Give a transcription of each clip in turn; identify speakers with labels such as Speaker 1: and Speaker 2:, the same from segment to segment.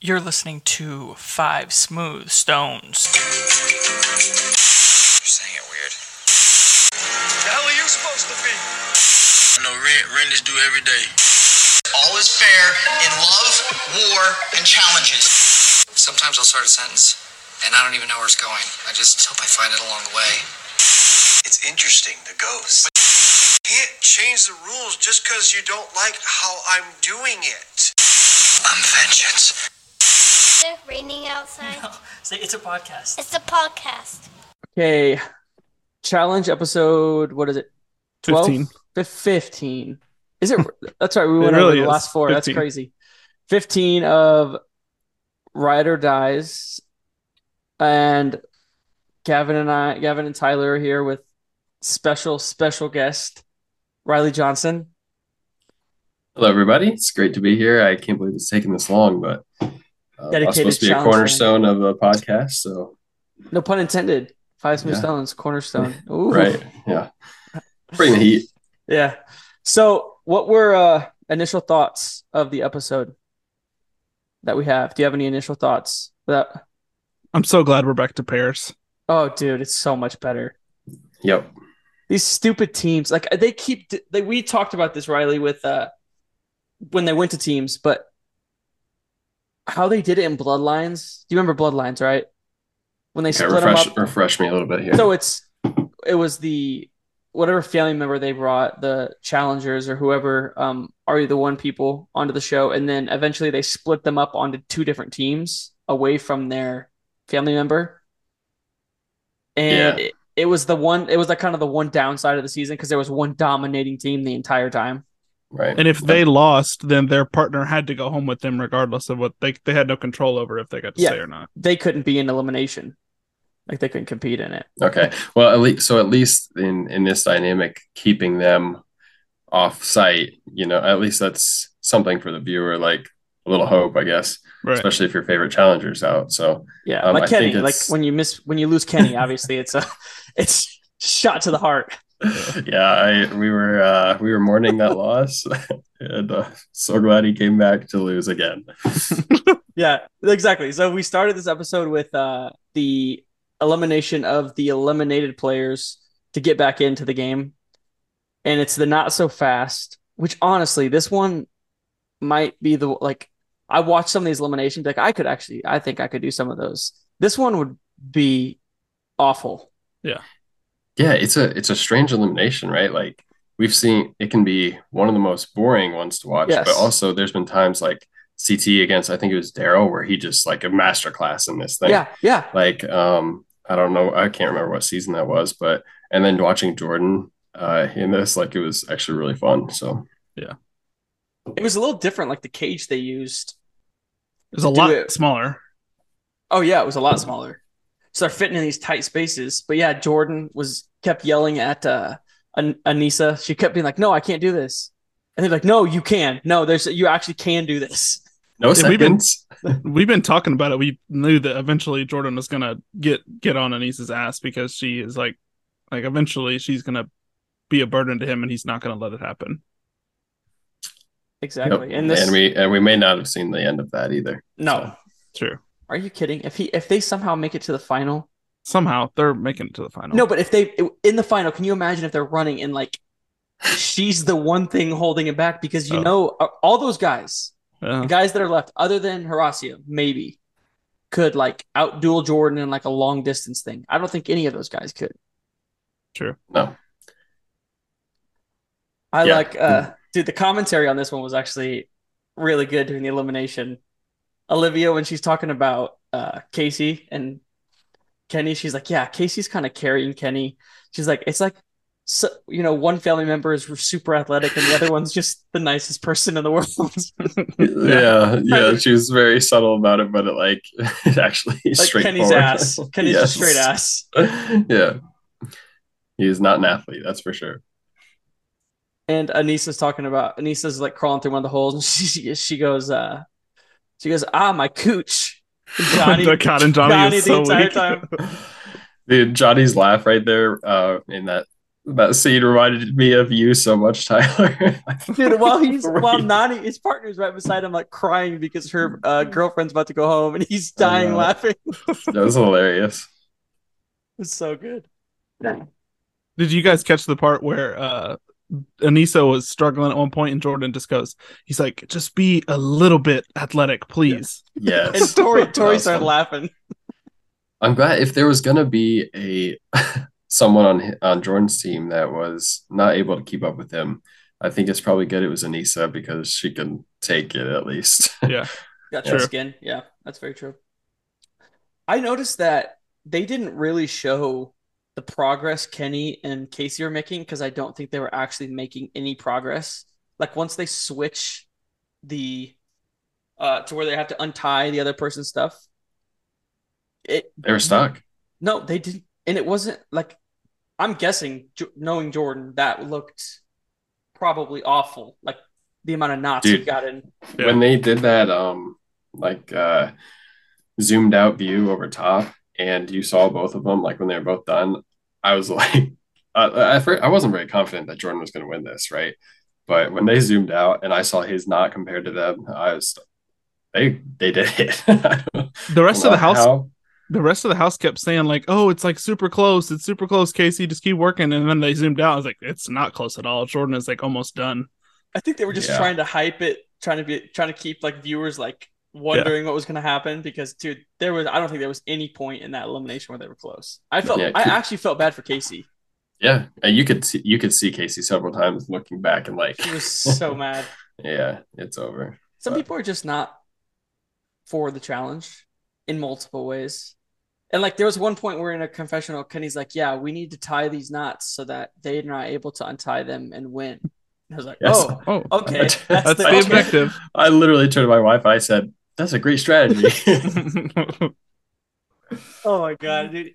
Speaker 1: You're listening to Five Smooth Stones.
Speaker 2: You're saying it weird.
Speaker 3: The hell are you supposed to be?
Speaker 2: I know rent, rent is due every day. All is fair in love, war, and challenges. Sometimes I'll start a sentence, and I don't even know where it's going. I just hope I find it along the way.
Speaker 3: It's interesting, the ghost. Can't change the rules just because you don't like how I'm doing it.
Speaker 2: I'm vengeance.
Speaker 4: Is it raining outside?
Speaker 1: It's a podcast.
Speaker 4: It's a podcast.
Speaker 5: Okay. Challenge episode, what is it? 12?
Speaker 6: 15.
Speaker 5: Fif- 15. Is it? That's right. We went
Speaker 6: really
Speaker 5: over the
Speaker 6: is.
Speaker 5: last four. That's
Speaker 6: 15.
Speaker 5: crazy. 15 of Ride or Dies. And Gavin and I, Gavin and Tyler are here with special, special guest, Riley Johnson.
Speaker 7: Hello, everybody. It's great to be here. I can't believe it's taken this long, but uh, I
Speaker 5: Dedicated
Speaker 7: was supposed to be a
Speaker 5: challenge tonight.
Speaker 7: cornerstone of a podcast. So,
Speaker 5: No pun intended. Five Smooth
Speaker 7: Yeah.
Speaker 5: Stones, Cornerstone. Ooh.
Speaker 7: right. Yeah. Bring the heat.
Speaker 5: Yeah. So, what were uh, initial thoughts of the episode that we have? Do you have any initial thoughts? That
Speaker 6: I'm so glad we're back to Paris.
Speaker 5: oh, dude, it's so much better.
Speaker 7: Yep.
Speaker 5: These stupid teams, like they keep. They, we talked about this, Riley, with uh, when they went to teams, but how they did it in Bloodlines. Do you remember Bloodlines, right? When they
Speaker 7: Yeah,
Speaker 5: split them
Speaker 7: refresh,
Speaker 5: up.
Speaker 7: refresh me a little bit here.
Speaker 5: So it's it was the whatever family member they brought, the challengers or whoever um are you the one people onto the show, and then eventually they split them up onto two different teams away from their family member. And it, it was the one it was like kind of the one downside of the season because there was one dominating team the entire time.
Speaker 7: right.
Speaker 6: And if they lost, then their partner had to go home with them, regardless of what they they had no control over if they got to
Speaker 5: Yeah.
Speaker 6: stay or not.
Speaker 5: They couldn't be in elimination. Like they couldn't compete in it.
Speaker 7: Okay. Well, at least so at least in in this dynamic, keeping them off site, you know, at least that's something for the viewer, like a little hope, I guess,
Speaker 6: Right.
Speaker 7: especially if your favorite challenger's out. So,
Speaker 5: Yeah,
Speaker 7: Um,
Speaker 5: like
Speaker 7: I
Speaker 5: Kenny.
Speaker 7: think
Speaker 5: Like
Speaker 7: it's-
Speaker 5: when you miss when you lose Kenny, obviously it's a it's shot to the heart.
Speaker 7: yeah, I we were uh, we were mourning that loss, and uh, so glad he came back to lose again.
Speaker 5: Yeah, exactly. So we started this episode with uh, the elimination of the eliminated players to get back into the game. And it's the not so fast, which honestly, this one might be the like I watched some of these eliminations. Like I could actually, I think I could do some of those. This one would be awful.
Speaker 7: Yeah, it's a it's a strange elimination, right? Like we've seen it can be one of the most boring ones to watch,
Speaker 5: Yes.
Speaker 7: but also there's been times like CT against I think it was Daryl where he just like a masterclass in this thing.
Speaker 5: Yeah, yeah,
Speaker 7: Like um I don't know, I can't remember what season that was, but and then watching Jordan uh in this like it was actually really fun. So
Speaker 5: it was a little different. Like the cage they used.
Speaker 6: It's a
Speaker 5: Do
Speaker 6: lot
Speaker 5: it.
Speaker 6: smaller.
Speaker 5: Oh yeah, it was a lot smaller. So they're fitting in these tight spaces. But yeah, Jordan was kept yelling at uh, An- Anissa. She kept being like, "No, I can't do this," and they're like, "No, you can. No, there's you actually can do this."
Speaker 7: no
Speaker 6: Yeah, we've been-
Speaker 7: seconds.
Speaker 6: We've been talking about it. We knew that eventually Jordan was gonna get get on Anissa's ass because she is like, like eventually she's gonna be a burden to him, and he's not gonna let it happen.
Speaker 5: Exactly.
Speaker 7: Yep.
Speaker 5: And this,
Speaker 7: and we and we may not have seen the end of that either.
Speaker 5: no,
Speaker 6: True.
Speaker 5: are you kidding? If he if they somehow make it to the final,
Speaker 6: Somehow they're making it to the final.
Speaker 5: no, but if they in the final, can you imagine if they're running and like she's the one thing holding it back because you
Speaker 6: Oh.
Speaker 5: know uh, all those guys
Speaker 6: Yeah.
Speaker 5: the guys that are left, other than Horacio, maybe could like out duel Jordan in like a long distance thing. I don't think any of those guys could.
Speaker 6: True.
Speaker 7: No.
Speaker 5: I
Speaker 7: Yeah.
Speaker 5: like, uh, dude, the commentary on this one was actually really good during the elimination. Olivia, when she's talking about uh, Casey and Kenny, she's like, yeah, Casey's kind of carrying Kenny. She's like, it's like, so, you know, one family member is super athletic and the other one's just the nicest person in the world.
Speaker 7: Yeah, yeah, she was very subtle about it, but it like it actually is
Speaker 5: like Kenny's
Speaker 7: straightforward.
Speaker 5: ass. Kenny's just
Speaker 7: Yes.
Speaker 5: straight ass.
Speaker 7: yeah. He is not an athlete, that's for sure.
Speaker 5: And Anissa's talking about Anissa's like crawling through one of the holes, and she she, she goes, uh, she goes, ah, my cooch. And Johnny,
Speaker 6: The God and Johnny is
Speaker 5: Johnny the
Speaker 6: so
Speaker 5: entire
Speaker 6: weak.
Speaker 5: time.
Speaker 7: Dude, Johnny's laugh right there uh, in that That scene reminded me of you so much, Tyler.
Speaker 5: Dude, while he's
Speaker 7: Great.
Speaker 5: while Nani, his partner's right beside him, like crying because her uh, girlfriend's about to go home, and he's dying
Speaker 7: know.
Speaker 5: laughing.
Speaker 7: that was hilarious.
Speaker 5: It's so good.
Speaker 6: Did you guys catch the part where uh Anissa was struggling at one point and Jordan just goes, he's like, just be a little bit athletic, please.
Speaker 5: And
Speaker 7: Yes.
Speaker 5: Tori,
Speaker 7: That
Speaker 5: Tori
Speaker 7: was
Speaker 5: started
Speaker 7: funny.
Speaker 5: laughing.
Speaker 7: I'm glad if there was gonna be a someone on hi- on Jordan's team that was not able to keep up with him, I think it's probably good it was Anissa because she can take it at least.
Speaker 6: yeah.
Speaker 5: Got
Speaker 6: True.
Speaker 5: your skin. Yeah, that's very true. I noticed that they didn't really show the progress Kenny and Casey were making because I don't think they were actually making any progress. Like once they switch the uh to where they have to untie the other person's stuff, it
Speaker 7: They were stuck.
Speaker 5: no, they didn't, and it wasn't like I'm guessing, J- knowing Jordan, that looked probably awful. Like the amount of knots he
Speaker 7: Dude.
Speaker 5: got in.
Speaker 6: Yeah.
Speaker 7: When they did that, um, like uh, zoomed out view over top, and you saw both of them, like when they were both done, I was like, I, I, fir- I wasn't very confident that Jordan was going to win this, right? But when they zoomed out and I saw his knot compared to them, I was, they they did it. I don't
Speaker 6: The rest of
Speaker 7: know
Speaker 6: the house
Speaker 7: how.
Speaker 6: the rest of the house kept saying, like, oh, it's like super close, it's super close, Casey, just keep working. And then they zoomed out. I was like, it's not close at all. Jordan is like almost done.
Speaker 5: I think they were just
Speaker 7: Yeah.
Speaker 5: trying to hype it, trying to be, trying to keep like viewers like wondering what was going to happen because dude, there was I don't think there was any point in that elimination where they were close. I felt
Speaker 7: Yeah,
Speaker 5: I
Speaker 7: keep-
Speaker 5: actually felt bad for Casey.
Speaker 7: Yeah, and you could see, you could see Casey several times looking back and like,
Speaker 5: She was so mad.
Speaker 7: yeah, it's over.
Speaker 5: Some
Speaker 7: But-
Speaker 5: people are just not for the challenge in multiple ways. And like there was one point where in a confessional, Kenny's like, "Yeah, we need to tie these knots so that they're not able to untie them and win." And I was like,
Speaker 7: Yes.
Speaker 5: "Oh,
Speaker 6: Oh,
Speaker 5: okay,
Speaker 7: That's-
Speaker 5: that's,
Speaker 6: that's
Speaker 5: the,
Speaker 6: the
Speaker 5: okay.
Speaker 6: objective.
Speaker 7: I literally turned to my wife. I said, "That's a great strategy."
Speaker 5: Oh my god,
Speaker 7: Mm.
Speaker 5: dude.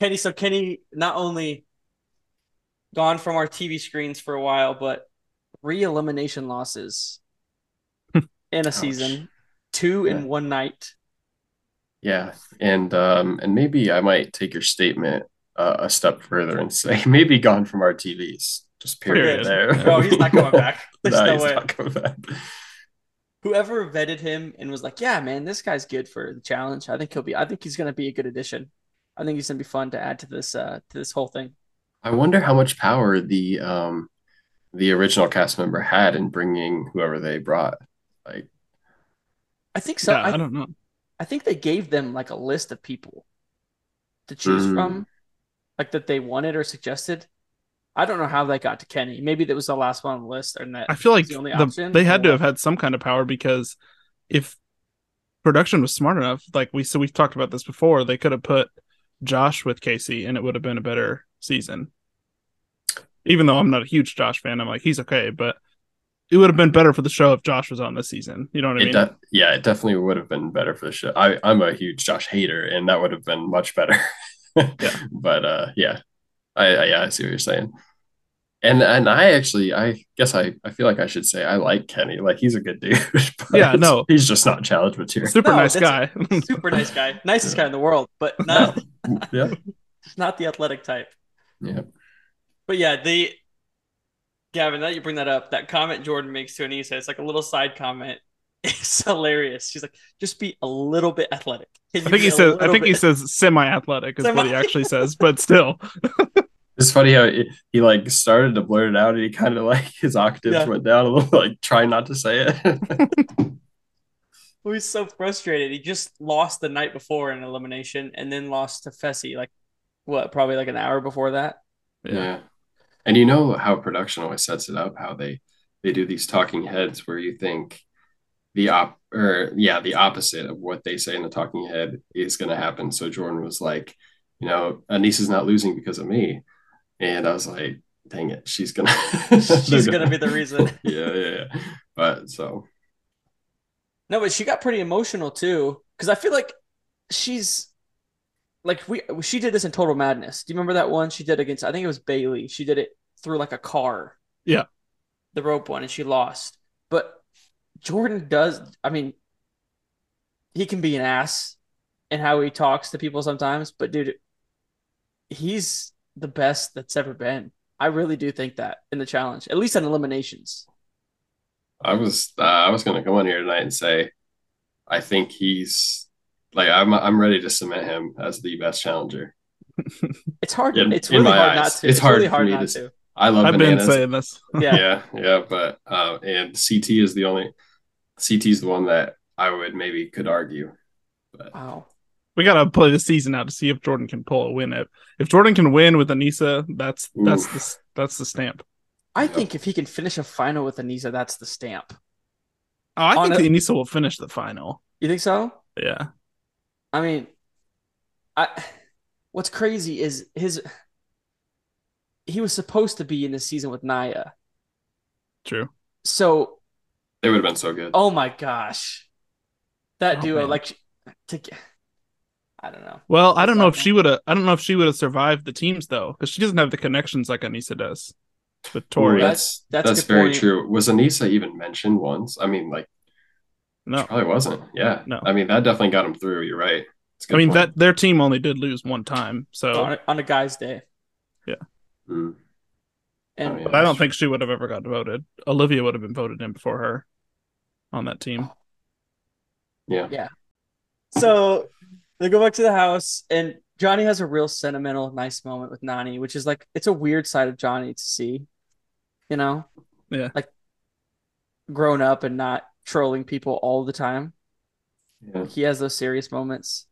Speaker 5: Kenny, so Kenny not only gone from our TV screens for a while, but three elimination losses in a
Speaker 7: Ouch.
Speaker 5: season, two
Speaker 7: Yeah.
Speaker 5: in one night.
Speaker 7: Yeah, and um, and maybe I might take your statement uh, a step further and say maybe gone from our TVs. Just period
Speaker 6: Period.
Speaker 7: there.
Speaker 5: Bro, he's not coming back. There's
Speaker 7: No,
Speaker 5: no
Speaker 7: he's
Speaker 5: way.
Speaker 7: not coming back.
Speaker 5: Whoever vetted him and was like, "Yeah, man, this guy's good for the challenge. I think he'll be. I think he's gonna be a good addition. I think he's gonna be fun to add to this uh to this whole thing."
Speaker 7: I wonder how much power the um the original cast member had in bringing whoever they brought. Like,
Speaker 5: I think so.
Speaker 6: yeah,
Speaker 5: I,
Speaker 6: I don't know.
Speaker 5: I think they gave them like a list of people to choose
Speaker 7: Mm.
Speaker 5: from, like that they wanted or suggested. I don't know how they got to Kenny. Maybe that was the last one on the list, and that
Speaker 6: I feel like
Speaker 5: the
Speaker 6: the
Speaker 5: only option,
Speaker 6: they had
Speaker 5: or-
Speaker 6: to have had some kind of power because if production was smart enough, like we so we talked about this before, they could have put Josh with Casey and it would have been a better season. Even though I'm not a huge Josh fan, I'm like he's okay, but it would have been better for the show if Josh was on this season. You know what I
Speaker 7: it
Speaker 6: mean?
Speaker 7: de- yeah, it definitely would have been better for the show. I I'm a huge Josh hater, and that would have been much better. But uh, yeah, I, I yeah, I see what you're saying. And and I actually, I guess I I feel like I should say I like Kenny. Like he's a good dude. but
Speaker 6: Yeah, no.
Speaker 7: he's just not challenge material.
Speaker 6: Super
Speaker 5: No,
Speaker 6: nice guy.
Speaker 5: that's- super nice guy, nicest guy in the world, but not
Speaker 7: yeah,
Speaker 5: not the athletic type.
Speaker 7: yeah.
Speaker 5: But yeah, the Gavin, now that you bring that up, that comment Jordan makes to Anissa, it's like a little side comment. It's hilarious. She's like, just be a little bit athletic. Can
Speaker 6: I
Speaker 5: you
Speaker 6: think
Speaker 5: be
Speaker 6: he
Speaker 5: a
Speaker 6: says I
Speaker 5: little
Speaker 6: think he
Speaker 5: bit-
Speaker 6: says semi athletic is what he
Speaker 5: Semi-
Speaker 6: actually says, but still.
Speaker 7: It's funny how it, he like started to blurt it out, and he kind of like his octaves
Speaker 5: Yeah.
Speaker 7: went down a little. Like try not to say it.
Speaker 5: He was so frustrated. He just lost the night before in elimination and then lost to Fessy like what, probably like an hour before that.
Speaker 7: Yeah. And you know how production always sets it up, how they they do these talking heads where you think the op or yeah, the opposite of what they say in the talking head is going to happen. So Jordan was like, you know, Anissa's not losing because of me. And I was like, dang it, she's gonna
Speaker 5: She's gonna be the reason.
Speaker 7: Yeah, yeah, yeah. But so
Speaker 5: No, but she got pretty emotional too because I feel like she's like we she did this in Total Madness. Do you remember that one she did against? I think it was Bailey. She did it through like a car.
Speaker 6: Yeah.
Speaker 5: The rope one and she lost. But Jordan does, I mean, he can be an ass in how he talks to people sometimes, but dude, he's the best that's ever been. I really do think that in the challenge, at least in eliminations.
Speaker 7: I was uh, I was gonna come on here tonight and say, I think he's like I'm I'm ready to cement him as the best challenger.
Speaker 5: It's hard.
Speaker 7: In-
Speaker 5: it's
Speaker 7: in
Speaker 5: really
Speaker 7: my
Speaker 5: hard
Speaker 7: eyes,
Speaker 5: not to.
Speaker 7: it's hard
Speaker 5: really
Speaker 7: for
Speaker 5: hard
Speaker 7: me
Speaker 5: not
Speaker 7: to
Speaker 5: to.
Speaker 7: s- I love
Speaker 6: I've been
Speaker 7: bananas.
Speaker 6: saying this.
Speaker 5: Yeah.
Speaker 7: yeah, yeah, but uh, and CT is the only CT is the one that I would maybe could argue.
Speaker 5: Wow.
Speaker 6: We gotta play the season out to see if Jordan can pull a win. If if Jordan can win with Anissa, that's that's
Speaker 7: Oof.
Speaker 6: the s- that's the stamp.
Speaker 5: I
Speaker 7: Yep.
Speaker 5: think if he can finish a final with Anisa, that's the stamp.
Speaker 6: Oh, I
Speaker 5: On
Speaker 6: think
Speaker 5: a-
Speaker 6: Anissa will finish the final.
Speaker 5: You think so?
Speaker 6: Yeah,
Speaker 5: I mean, I what's crazy is his he was supposed to be in this season with Naya.
Speaker 6: true.
Speaker 5: So,
Speaker 7: They would have been so good.
Speaker 5: oh my gosh. That
Speaker 6: Oh,
Speaker 5: duo
Speaker 6: man.
Speaker 5: like to g- I don't know.
Speaker 6: Well, I don't know if
Speaker 5: Exactly.
Speaker 6: she would have. I don't know if she would have survived the teams though, because she doesn't have the connections like Anissa does with
Speaker 7: Ooh,
Speaker 6: Tori.
Speaker 7: that's
Speaker 5: That's- that's
Speaker 7: that's,
Speaker 5: a good
Speaker 7: very
Speaker 5: point.
Speaker 7: true. Was Anissa even mentioned once? I mean, like
Speaker 6: no,
Speaker 7: probably wasn't. Yeah,
Speaker 6: No.
Speaker 7: I mean that definitely got him through. You're right. It's a good
Speaker 6: I mean
Speaker 7: point.
Speaker 6: that their team only did lose one time, so
Speaker 5: On a, on a guy's day.
Speaker 7: Mm.
Speaker 5: And
Speaker 7: Oh, yeah.
Speaker 6: but I don't think she would have ever got voted. Olivia would have been voted in before her on that team.
Speaker 7: Oh, Yeah.
Speaker 5: So they go back to the house, and Johnny has a real sentimental, nice moment with Nani, which is like it's a weird side of Johnny to see, you know?
Speaker 6: Yeah.
Speaker 5: Like grown up and not trolling people all the time.
Speaker 7: yeah.
Speaker 5: He has those serious moments.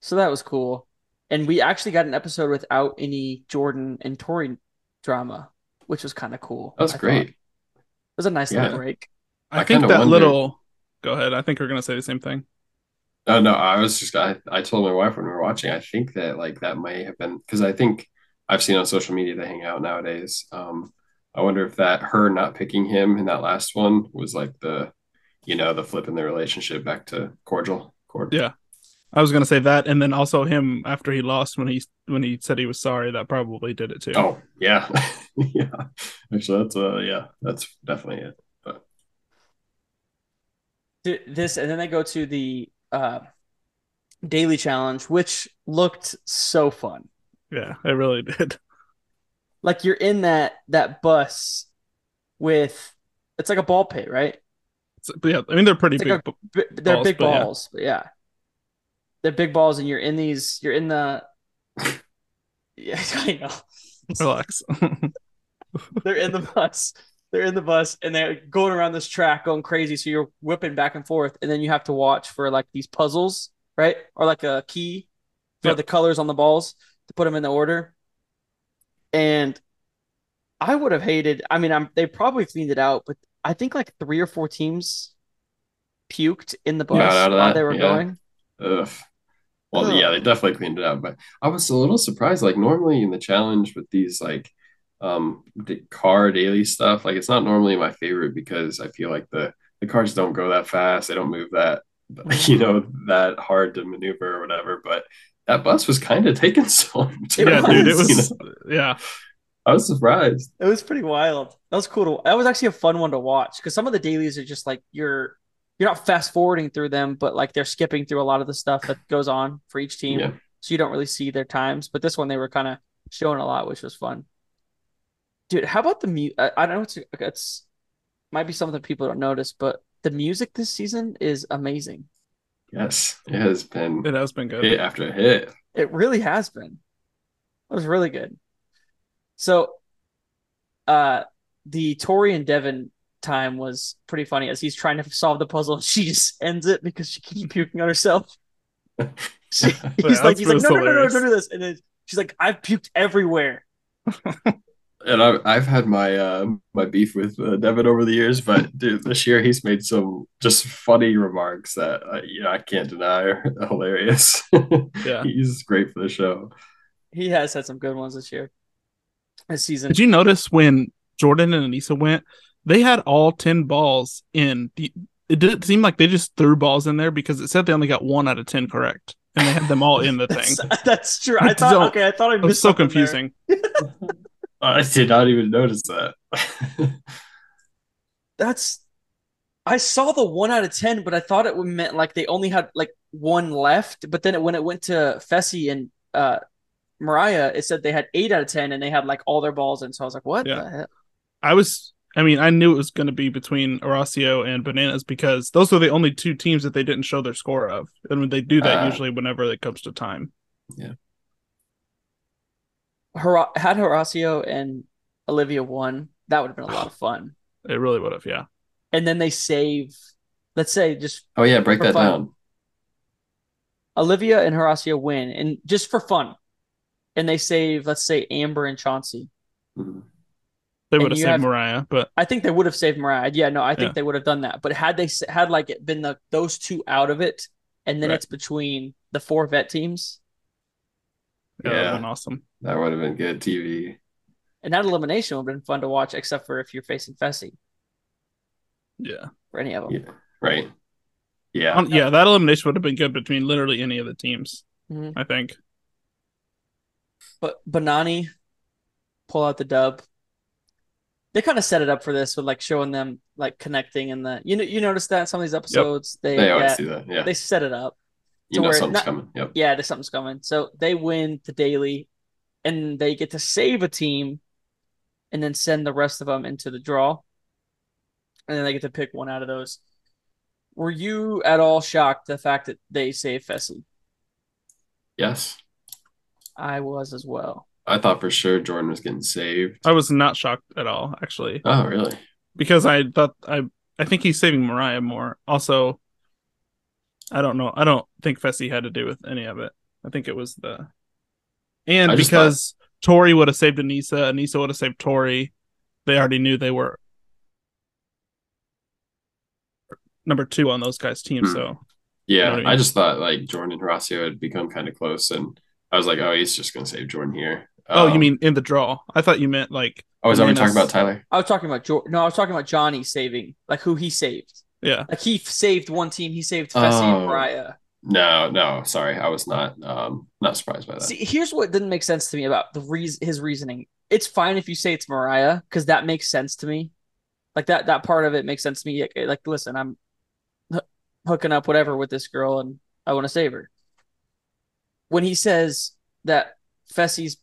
Speaker 5: So that was cool. And we actually got an episode without any Jordan and Tori drama, which was kind of cool.
Speaker 7: That was
Speaker 5: I thought.
Speaker 7: great.
Speaker 5: It was a nice
Speaker 7: Yeah.
Speaker 5: little break.
Speaker 6: I,
Speaker 7: I
Speaker 6: think
Speaker 7: kinda
Speaker 6: that
Speaker 7: wonder-
Speaker 6: little. Go ahead. I think we're gonna say the same thing.
Speaker 7: Oh no, I was just I, I told my wife when we were watching, I think that like that may have been because I think I've seen on social media they hang out nowadays. Um, I wonder if that her not picking him in that last one was like the, you know, the flip in the relationship back to cordial. Cord-
Speaker 6: Yeah. I was gonna say that, and then also him after he lost when he when he said he was sorry. That probably did it too.
Speaker 7: Oh yeah, yeah. Actually, that's uh yeah, that's definitely it.
Speaker 5: th- this and then they go to the uh daily challenge which looked so fun
Speaker 6: Yeah, it really did.
Speaker 5: like you're in that that bus with it's like a ball pit right
Speaker 6: It's- but yeah, I mean they're pretty
Speaker 5: It's
Speaker 6: big.
Speaker 5: like
Speaker 6: but
Speaker 5: B- they're
Speaker 6: Balls,
Speaker 5: big
Speaker 6: but yeah.
Speaker 5: balls but yeah they're big balls and you're in these you're in the yeah i know
Speaker 6: relax.
Speaker 5: they're in the bus they're in the bus and they're going around this track going crazy so you're whipping back and forth and then you have to watch for like these puzzles right or like a key for
Speaker 6: Yep.
Speaker 5: the colors on the balls to put them in the order and i would have hated i mean i'm they probably cleaned it out but i think like three or four teams puked in the bus
Speaker 7: Got out of
Speaker 5: while
Speaker 7: that,
Speaker 5: they were
Speaker 7: yeah.
Speaker 5: going
Speaker 7: Ugh. Well, yeah, they definitely cleaned it up, but I was a little surprised. Like normally in the challenge with these like um the car daily stuff, like it's not normally my favorite because I feel like the the cars don't go that fast. They don't move that you know that hard to maneuver or whatever. But that bus was kind of taking so long. to
Speaker 5: It
Speaker 6: yeah, dude, it
Speaker 7: move, you
Speaker 6: was.
Speaker 7: know?
Speaker 6: Yeah,
Speaker 7: I was surprised.
Speaker 5: it was pretty wild that was cool to that was actually a fun one to watch because some of the dailies are just like you're you're not fast forwarding through them but like they're skipping through a lot of the stuff that goes on for each team
Speaker 7: Yeah.
Speaker 5: so you don't really see their times but this one they were kind of showing a lot which was fun dude how about the mu- I, I don't know it's it's might be something people don't notice but the music this season is amazing
Speaker 7: Yes, it has been
Speaker 6: it has been good.
Speaker 7: hit after hit.
Speaker 5: it really has been. It was really good. So, uh, the Tori and Devin time was pretty funny as he's trying to solve the puzzle and she just ends it because she keeps puking on herself. She- he's
Speaker 6: that's
Speaker 5: like, he's like,
Speaker 6: pretty
Speaker 5: no, no, no, no,
Speaker 6: hilarious.
Speaker 5: don't do this. And then she's like, I've puked everywhere.
Speaker 7: And I, I've had my uh, my beef with uh, Devin over the years, but dude, this year he's made some just funny remarks that uh, you know I can't deny are hilarious.
Speaker 6: Yeah.
Speaker 7: he's great for the show.
Speaker 5: He has had some good ones this year, this season.
Speaker 6: Did you notice when Jordan and Anissa went, they had all ten balls in. The, it didn't seem like they just threw balls in there because it said they only got one out of ten correct, and they had them all in the thing.
Speaker 5: That's, that's true. I thought,
Speaker 6: Don't-
Speaker 5: okay, I thought I
Speaker 6: It was
Speaker 5: missed
Speaker 6: so
Speaker 5: something there.
Speaker 6: confusing.
Speaker 7: I did not even notice that.
Speaker 5: That's I saw the one out of ten, but I thought it meant like they only had like one left. But then it, when it went to Fessy and uh Mariah, it said they had eight out of ten, and they had like all their balls in. So I was like, what?
Speaker 6: Yeah.
Speaker 5: the heck?
Speaker 6: I was, I mean, I knew it was going to be between Horacio and Bananas because those were the only two teams that they didn't show their score of, and when they do that
Speaker 7: Ah.
Speaker 6: usually whenever it comes to time.
Speaker 5: Hora- had Horacio and Olivia won, that would have been a lot of fun.
Speaker 6: It really would have, yeah.
Speaker 5: And then they save, let's say, just
Speaker 7: Oh yeah, break
Speaker 5: For
Speaker 7: that
Speaker 5: fun.
Speaker 7: down.
Speaker 5: Olivia and Horacio win, and just for fun, and they save, let's say, Amber and Chauncey.
Speaker 7: Mhm.
Speaker 6: They
Speaker 5: And
Speaker 6: would have
Speaker 5: you
Speaker 6: saved
Speaker 5: have-
Speaker 6: Mariah, but
Speaker 5: I think they would have saved Mariah. Yeah, no, I think
Speaker 6: Yeah.
Speaker 5: they would have done that. But had they s- had like it been the those two out of it, and then
Speaker 6: Right.
Speaker 5: it's between the four vet teams,
Speaker 6: yeah, that would
Speaker 7: Yeah.
Speaker 6: have been awesome.
Speaker 7: That would have been good TV.
Speaker 5: and that elimination would have been fun to watch, except for if you're facing Fessy
Speaker 6: Yeah.
Speaker 5: or any of them.
Speaker 7: Yeah. Right. Yeah.
Speaker 6: Um, yeah, that elimination would have been good between literally any of the teams,
Speaker 5: Mhm.
Speaker 6: I think.
Speaker 5: But Banani pull out the dub. They kind of set it up for this with like showing them like connecting and the you know you notice that in some of these episodes they
Speaker 7: They always
Speaker 5: yeah,
Speaker 7: do that. Yeah.
Speaker 5: they set it up.
Speaker 7: you know
Speaker 5: where
Speaker 7: something's
Speaker 5: not-
Speaker 7: coming. Yep.
Speaker 5: Yeah, there's something's coming. So they win the daily and they get to save a team and then send the rest of them into the draw. And then they get to pick one out of those. Were you at all shocked the fact that they saved Fessy?
Speaker 7: Yes.
Speaker 5: I was as well.
Speaker 7: I thought for sure Jordan was getting saved.
Speaker 6: I was not shocked at all, actually,
Speaker 7: Oh, really?
Speaker 6: because I thought I I think he's saving Mariah more. Also, I don't know. I don't think Fessy had to do with any of it. I think it was the and
Speaker 7: I just
Speaker 6: because Tori would have saved Anissa, Anissa would have saved Tori. They already knew they were number two on those guys' team,
Speaker 7: Hmm.
Speaker 6: so know
Speaker 7: Yeah.
Speaker 6: what I
Speaker 7: I
Speaker 6: mean?
Speaker 7: just thought like Jordan and Horacio had become kind of close, and I was like, oh, he's just gonna save Jordan here.
Speaker 6: Oh, you
Speaker 7: Um,
Speaker 6: mean in the draw? I thought you meant like
Speaker 7: Oh, is that what we're talking
Speaker 6: Bananas.
Speaker 7: about, Tyler?
Speaker 5: I was talking about Jordan. No, I was talking about Johnny saving, like who he saved.
Speaker 6: yeah.
Speaker 5: Like he f- saved one team, he saved Fessy
Speaker 7: Oh.
Speaker 5: and Mariah.
Speaker 7: No, no, sorry, I was not um not surprised by that.
Speaker 5: See, here's what didn't make sense to me about the reason his reasoning. It's fine if you say it's Mariah because that makes sense to me. Like that that part of it makes sense to me. Like, like, listen, I'm h- hooking up whatever with this girl and I want to save her. When he says that Fessy's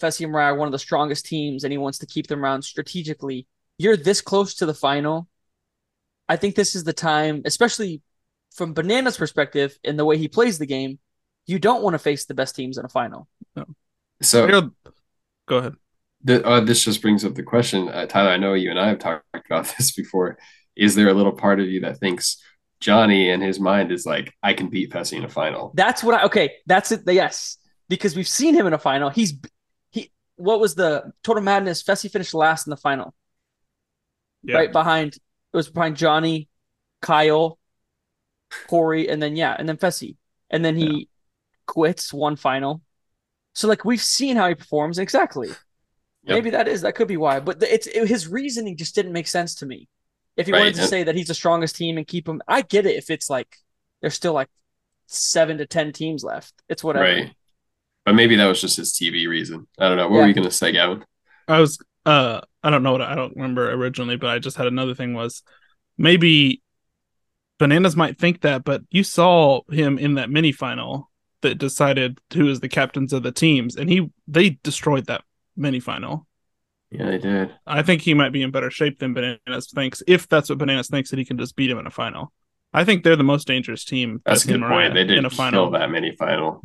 Speaker 5: Fessy and Mariah are one of the strongest teams and he wants to keep them around strategically, you're this close to the final. I think this is the time, especially from Banana's perspective and the way he plays the game, you don't want to face the best teams in a final.
Speaker 7: so
Speaker 6: Here- Go ahead.
Speaker 7: th- uh, this just brings up the question, uh, Tyler. I know you and I have talked about this before. Is there a little part of you that thinks Johnny in his mind is like, I can beat Fessy in a final?
Speaker 5: That's what I okay. That's it. Yes, because we've seen him in a final. He's he. What was the total madness? Fessy finished last in the final,
Speaker 6: Yeah.
Speaker 5: right behind. It was behind Johnny, Kyle, Corey, and then yeah, and then Fessy, and then he quits one final. So like we've seen how he performs exactly. Maybe that is that could be why, but the, it's it, his reasoning just didn't make sense to me. If he
Speaker 7: Right,
Speaker 5: wanted to
Speaker 7: and-
Speaker 5: say that he's the strongest team and keep him, I get it. If it's like there's still like seven to ten teams left, it's whatever.
Speaker 7: Right. But maybe that was just his TV reason. I don't know. What were
Speaker 5: Yeah.
Speaker 7: you going to say, Gavin?
Speaker 6: I was uh I don't know what I don't remember originally, but I just had another thing was maybe bananas might think that, but you saw him in that mini final that decided who is the captains of the teams, and he they destroyed that mini final.
Speaker 7: Yeah, they did.
Speaker 6: I think he might be in better shape than Bananas thinks, if that's what Bananas thinks that he can just beat him in a final. I think they're the most dangerous team.
Speaker 7: That's a
Speaker 6: in
Speaker 7: good point. They did
Speaker 6: in
Speaker 7: kill
Speaker 6: a final.
Speaker 7: that mini final.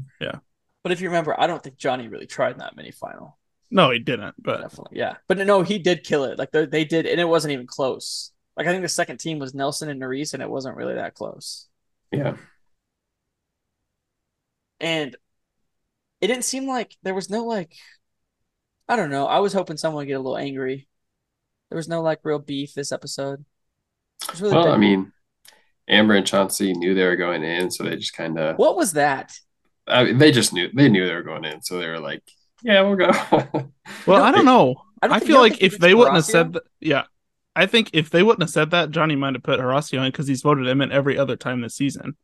Speaker 5: But if you remember, I don't think Johnny really tried in that mini final.
Speaker 6: No, he didn't. But
Speaker 5: Definitely, yeah. But no, he did kill it. Like they, they did, and it wasn't even close. Like I think the second team was Nelson and Norris, and it wasn't really that close.
Speaker 7: Yeah.
Speaker 5: And it didn't seem like there was no like, I don't know. I was hoping someone would get a little angry. There was no like real beef this episode. It was really
Speaker 7: Well,
Speaker 5: bad.
Speaker 7: I mean, Amber and Chauncey knew they were going in, so they just kind of,
Speaker 5: what was that?
Speaker 7: I mean, they just knew, they knew they were going in. So they were like, yeah, we'll go.
Speaker 6: well, I don't know.
Speaker 5: I, don't
Speaker 6: I
Speaker 5: think-
Speaker 6: feel
Speaker 5: you don't
Speaker 6: like
Speaker 5: think he
Speaker 6: if
Speaker 5: gets
Speaker 6: they wouldn't have
Speaker 5: Horacio?
Speaker 6: said that, yeah, I think if they wouldn't have said that, Johnny might have put Horacio in because he's voted him in every other time this season.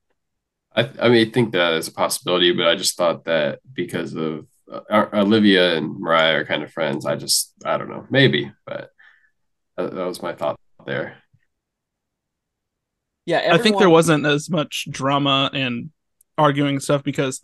Speaker 7: I, I mean, I think that is a possibility, but I just thought that because of uh, our- Olivia and Mariah are kind of friends, I just, I don't know, maybe, but that, that was my thought there.
Speaker 5: yeah,
Speaker 6: I think there
Speaker 5: everyone-
Speaker 6: wasn't as much drama and arguing stuff because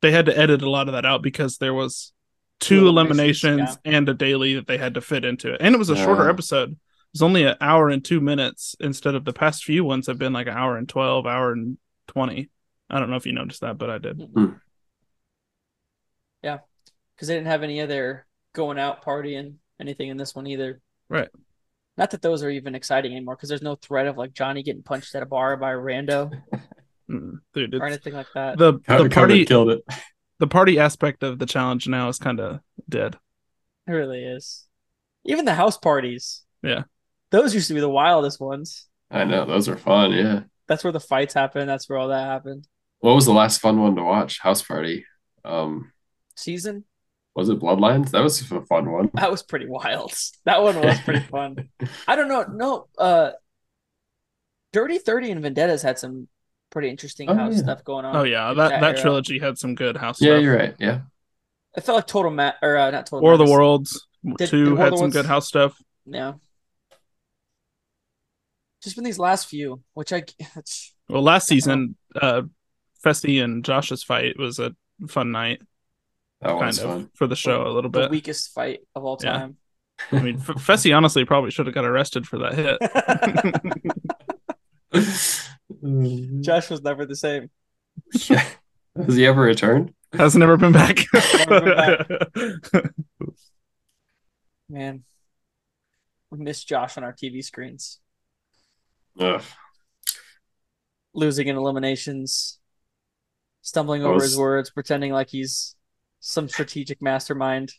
Speaker 6: they had to edit a lot of that out because there was two,
Speaker 5: Two eliminations,
Speaker 6: eliminations and a daily that they had to fit into it, and it was a shorter
Speaker 7: Yeah.
Speaker 6: episode. It was only an hour and two minutes instead of the past few ones have been like an hour and twelve, hour and twenty. I don't know if you noticed that, but I did.
Speaker 5: because they didn't have any other going out partying anything in this one either.
Speaker 6: Right.
Speaker 5: Not that those are even exciting anymore because there's no threat of like Johnny getting punched at a bar by a rando
Speaker 6: Mm, dude,
Speaker 5: or
Speaker 6: it's,
Speaker 5: anything like that.
Speaker 6: the the
Speaker 7: COVID
Speaker 6: party
Speaker 7: killed it.
Speaker 6: the party aspect of the challenge now is kind of dead.
Speaker 5: It really is. Even the house parties.
Speaker 6: Yeah.
Speaker 5: Those used to be the wildest ones.
Speaker 7: I know those are fun. Yeah.
Speaker 5: That's where the fights happened. That's where all that happened.
Speaker 7: What was the last fun one to watch? House Party. Um,
Speaker 5: Season
Speaker 7: was it Bloodlines? That was a fun one.
Speaker 5: that was pretty wild. That one was pretty fun. I don't know. No, uh, Dirty Thirty and Vendetta's had some pretty interesting
Speaker 7: Oh,
Speaker 5: house
Speaker 7: yeah.
Speaker 5: stuff going on.
Speaker 6: Oh yeah,
Speaker 5: Uh, in
Speaker 6: that that
Speaker 5: era.
Speaker 6: trilogy had some good house
Speaker 7: Yeah,
Speaker 6: stuff.
Speaker 7: you're right. Yeah.
Speaker 5: It felt like Total Mat or uh, not Total
Speaker 6: War of the
Speaker 5: Madness.
Speaker 6: Worlds
Speaker 5: Did-
Speaker 6: two
Speaker 5: did War of
Speaker 6: had
Speaker 5: the
Speaker 6: some good
Speaker 5: Worlds-
Speaker 6: house stuff.
Speaker 5: Yeah. Just been these last few, which I it's,
Speaker 6: Well, last season, uh, Festy and Josh's fight was a fun night,
Speaker 7: That
Speaker 6: kind
Speaker 7: one's
Speaker 6: of
Speaker 7: fun.
Speaker 6: for the show a little
Speaker 5: the
Speaker 6: bit.
Speaker 5: weakest fight of all
Speaker 6: Yeah.
Speaker 5: time.
Speaker 6: I mean, F- Festy honestly probably should have got arrested for that hit.
Speaker 5: Josh was never the same.
Speaker 7: Has he ever returned?
Speaker 6: Has never been back.
Speaker 5: Never been Man, we miss Josh on our TV screens.
Speaker 7: Ugh.
Speaker 5: Losing in eliminations, stumbling over
Speaker 7: Well,
Speaker 5: his
Speaker 7: s-
Speaker 5: words, pretending like he's some strategic mastermind.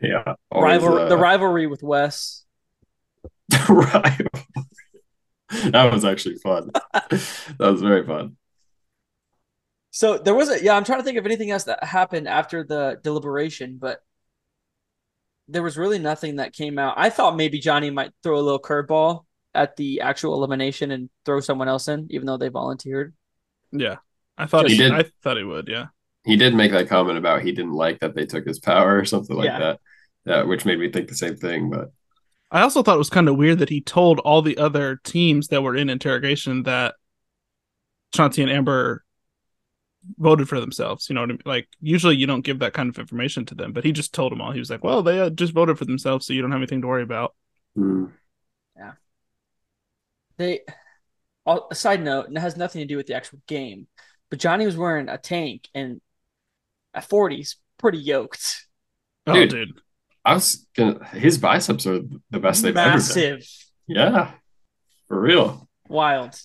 Speaker 7: Yeah. Always,
Speaker 5: Rival-
Speaker 7: uh,
Speaker 5: the rivalry with Wes.
Speaker 7: rival. That was actually fun. That was very fun.
Speaker 5: So there was a yeah, I'm trying to think of anything else that happened after the deliberation, but there was really nothing that came out. I thought maybe Johnny might throw a little curveball at the actual elimination and throw someone else in, even though they volunteered.
Speaker 6: yeah, I thought
Speaker 5: Just-
Speaker 6: he,
Speaker 7: He did.
Speaker 6: I thought he would. Yeah,
Speaker 7: He did make that comment about he didn't like that they took his power or something like
Speaker 5: Yeah.
Speaker 7: that. Yeah, which made me think the same thing, but
Speaker 6: I also thought it was kind of weird that he told all the other teams that were in interrogation that Chauncey and Amber voted for themselves. You know what I mean? Like usually you don't give that kind of information to them, but he just told them all. He was like, "Well, they uh, just voted for themselves, so you don't have anything to worry about."
Speaker 7: mm,
Speaker 5: They all, a side note, and it has nothing to do with the actual game, but Johnny was wearing a tank and a 40s, pretty yoked.
Speaker 6: Oh,
Speaker 7: Dude.
Speaker 6: dude,
Speaker 7: I was gonna his biceps are the best they've ever been.
Speaker 5: Massive.
Speaker 7: Yeah. For real.
Speaker 5: Wild.